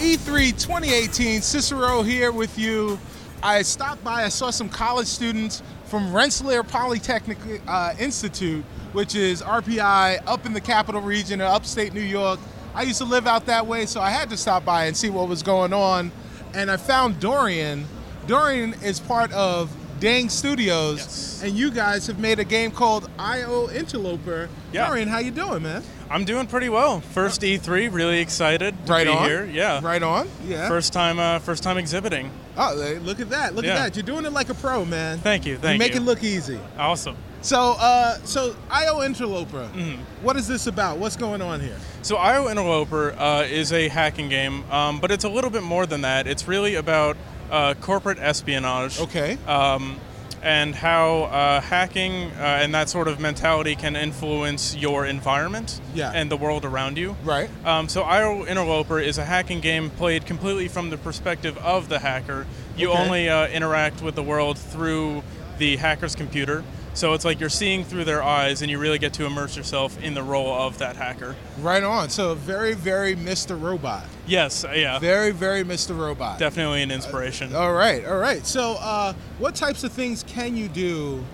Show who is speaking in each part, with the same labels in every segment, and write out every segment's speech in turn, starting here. Speaker 1: E 2018. Cicero here with you. I stopped by, I saw some college students from Rensselaer Polytechnic uh, Institute, which is RPI up in the capital region of upstate New York. I used to live out that way, so I had to stop by and see what was going on. And I found Dorian. Dorian is part of Dang Studios,
Speaker 2: Yes.
Speaker 1: and you guys have made a game called IO Interloper.
Speaker 2: Yeah.
Speaker 1: Dorian, how you doing, man?
Speaker 2: I'm doing pretty well. First E3, really excited to
Speaker 1: Right
Speaker 2: be
Speaker 1: on.
Speaker 2: here. Yeah.
Speaker 1: Right on. Yeah.
Speaker 2: First time, uh, first time exhibiting.
Speaker 1: Oh, hey, look at that! Look
Speaker 2: Yeah.
Speaker 1: at that! You're doing it like a pro, man.
Speaker 2: Thank you, thank
Speaker 1: you make
Speaker 2: you.
Speaker 1: it look easy.
Speaker 2: Awesome.
Speaker 1: So, uh, so IO Interloper.
Speaker 2: Mm-hmm.
Speaker 1: What is this about? What's going on here?
Speaker 2: So IO Interloper uh, is a hacking game, um, but it's a little bit more than that. It's really about uh, corporate espionage.
Speaker 1: Okay.
Speaker 2: Um, and how uh, hacking uh, and that sort of mentality can influence your environment
Speaker 1: Yeah.
Speaker 2: and the world around you.
Speaker 1: Right.
Speaker 2: Um, so IO Interloper is a hacking game played completely from the perspective of the hacker. You
Speaker 1: Okay.
Speaker 2: only uh, interact with the world through the hacker's computer. So it's like you're seeing through their eyes, and you really get to immerse yourself in the role of that hacker.
Speaker 1: Right on. So, very, very Mr. Robot.
Speaker 2: Yes, uh, yeah,
Speaker 1: Very, very Mr. Robot.
Speaker 2: definitely an inspiration.
Speaker 1: All right. All right. So, uh, what types of things can you do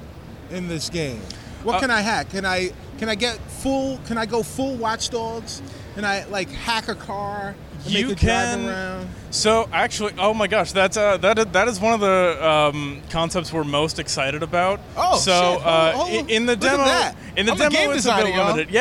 Speaker 1: in this game? What
Speaker 2: Uh,
Speaker 1: can I hack? Can I can I get full? Can I go full Watchdogs? Can I like hack a car? and
Speaker 2: You
Speaker 1: make it
Speaker 2: can-
Speaker 1: drive around?
Speaker 2: So actually, oh my gosh, that's uh, that is, that is one of the um, concepts we're most excited about.
Speaker 1: Oh,
Speaker 2: so
Speaker 1: shit. Hold on,
Speaker 2: uh,
Speaker 1: hold on.
Speaker 2: i- in the
Speaker 1: Look at
Speaker 2: demo,
Speaker 1: that.
Speaker 2: in the
Speaker 1: I'm a
Speaker 2: demo,
Speaker 1: game
Speaker 2: it's a
Speaker 1: designer,
Speaker 2: bit
Speaker 1: y'all.
Speaker 2: limited.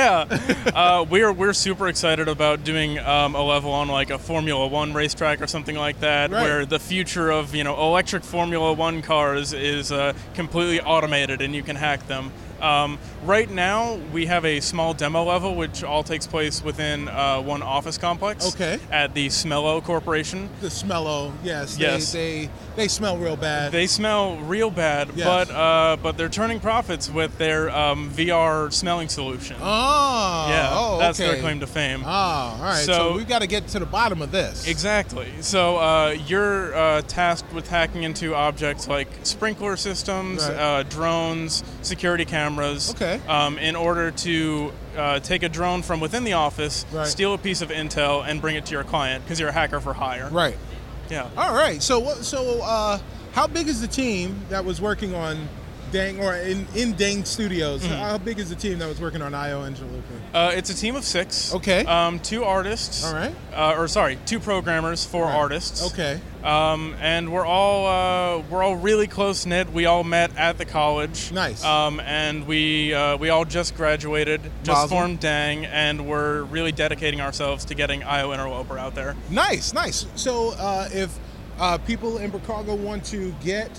Speaker 2: Yeah, uh, we're we're super excited about doing um, a level on like a Formula One racetrack or something like that,
Speaker 1: Right.
Speaker 2: where the future of you know electric Formula One cars is uh, completely automated and you can hack them. Um, right now, we have a small demo level, which all takes place within uh, one office complex
Speaker 1: Okay.
Speaker 2: at the Smello Corporation.
Speaker 1: The smello. Yes. They,
Speaker 2: Yes.
Speaker 1: They they smell real bad.
Speaker 2: They smell real bad,
Speaker 1: Yes.
Speaker 2: but uh, but they're turning profits with their um, VR smelling solution.
Speaker 1: Oh,
Speaker 2: yeah,
Speaker 1: oh,
Speaker 2: that's
Speaker 1: okay.
Speaker 2: their claim to fame.
Speaker 1: Ah, all right. So,
Speaker 2: So-
Speaker 1: we've got to get to the bottom of this.
Speaker 2: Exactly. So uh, you're uh, tasked with hacking into objects like sprinkler systems,
Speaker 1: Right.
Speaker 2: uh, drones, security cameras.
Speaker 1: Okay.
Speaker 2: Um, in order to uh, take a drone from within the office,
Speaker 1: Right.
Speaker 2: steal a piece of intel, and bring it to your client because you're a hacker for hire.
Speaker 1: Right.
Speaker 2: Yeah.
Speaker 1: All right. So what? So uh, how big is the team that was working on Dang or in, in Dang Studios?
Speaker 2: Mm-hmm.
Speaker 1: How big is the team that was working on IO Angeluca?
Speaker 2: Uh, it's a team of six.
Speaker 1: Okay.
Speaker 2: Um, two artists.
Speaker 1: All right.
Speaker 2: Uh, or sorry, two programmers, four artists.
Speaker 1: Okay.
Speaker 2: Um, and we're all uh, we're all really close knit. We all met at the college.
Speaker 1: Nice.
Speaker 2: Um, and we uh, we all just graduated, just
Speaker 1: Mazel.
Speaker 2: formed Dang, and we're really dedicating ourselves to getting IO Interloper out there.
Speaker 1: Nice, nice. So uh, if uh, people in Chicago want to get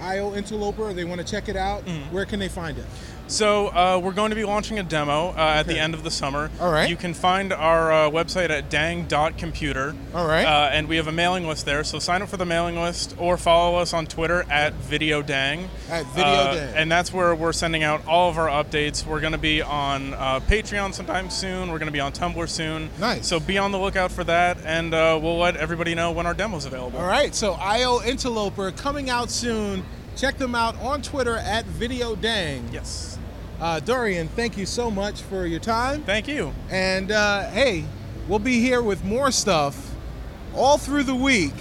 Speaker 1: IO Interloper, they want to check it out.
Speaker 2: Mm-hmm.
Speaker 1: Where can they find it?
Speaker 2: So uh, we're going to be launching a demo uh, at the
Speaker 1: Okay.
Speaker 2: end of the summer.
Speaker 1: All right.
Speaker 2: You can find our uh, website at dang.computer.
Speaker 1: All right.
Speaker 2: Uh, and we have a mailing list there, so sign up for the mailing list or follow us on Twitter at videodang. Uh,
Speaker 1: At Video Dang.
Speaker 2: And that's where we're sending out all of our updates. We're going to be on uh, Patreon sometime soon. We're going to be on Tumblr soon.
Speaker 1: Nice.
Speaker 2: So be on the lookout for that, and uh, we'll let everybody know when our demo's available.
Speaker 1: All right, so IO Interloper coming out soon. Check them out on Twitter at Video Dang.
Speaker 2: Yes.
Speaker 1: Uh, Dorian, thank you so much for your time.
Speaker 2: Thank you.
Speaker 1: And uh, hey, we'll be here with more stuff all through the week.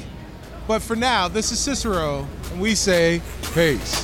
Speaker 1: But for now, this is Cicero, and we say peace.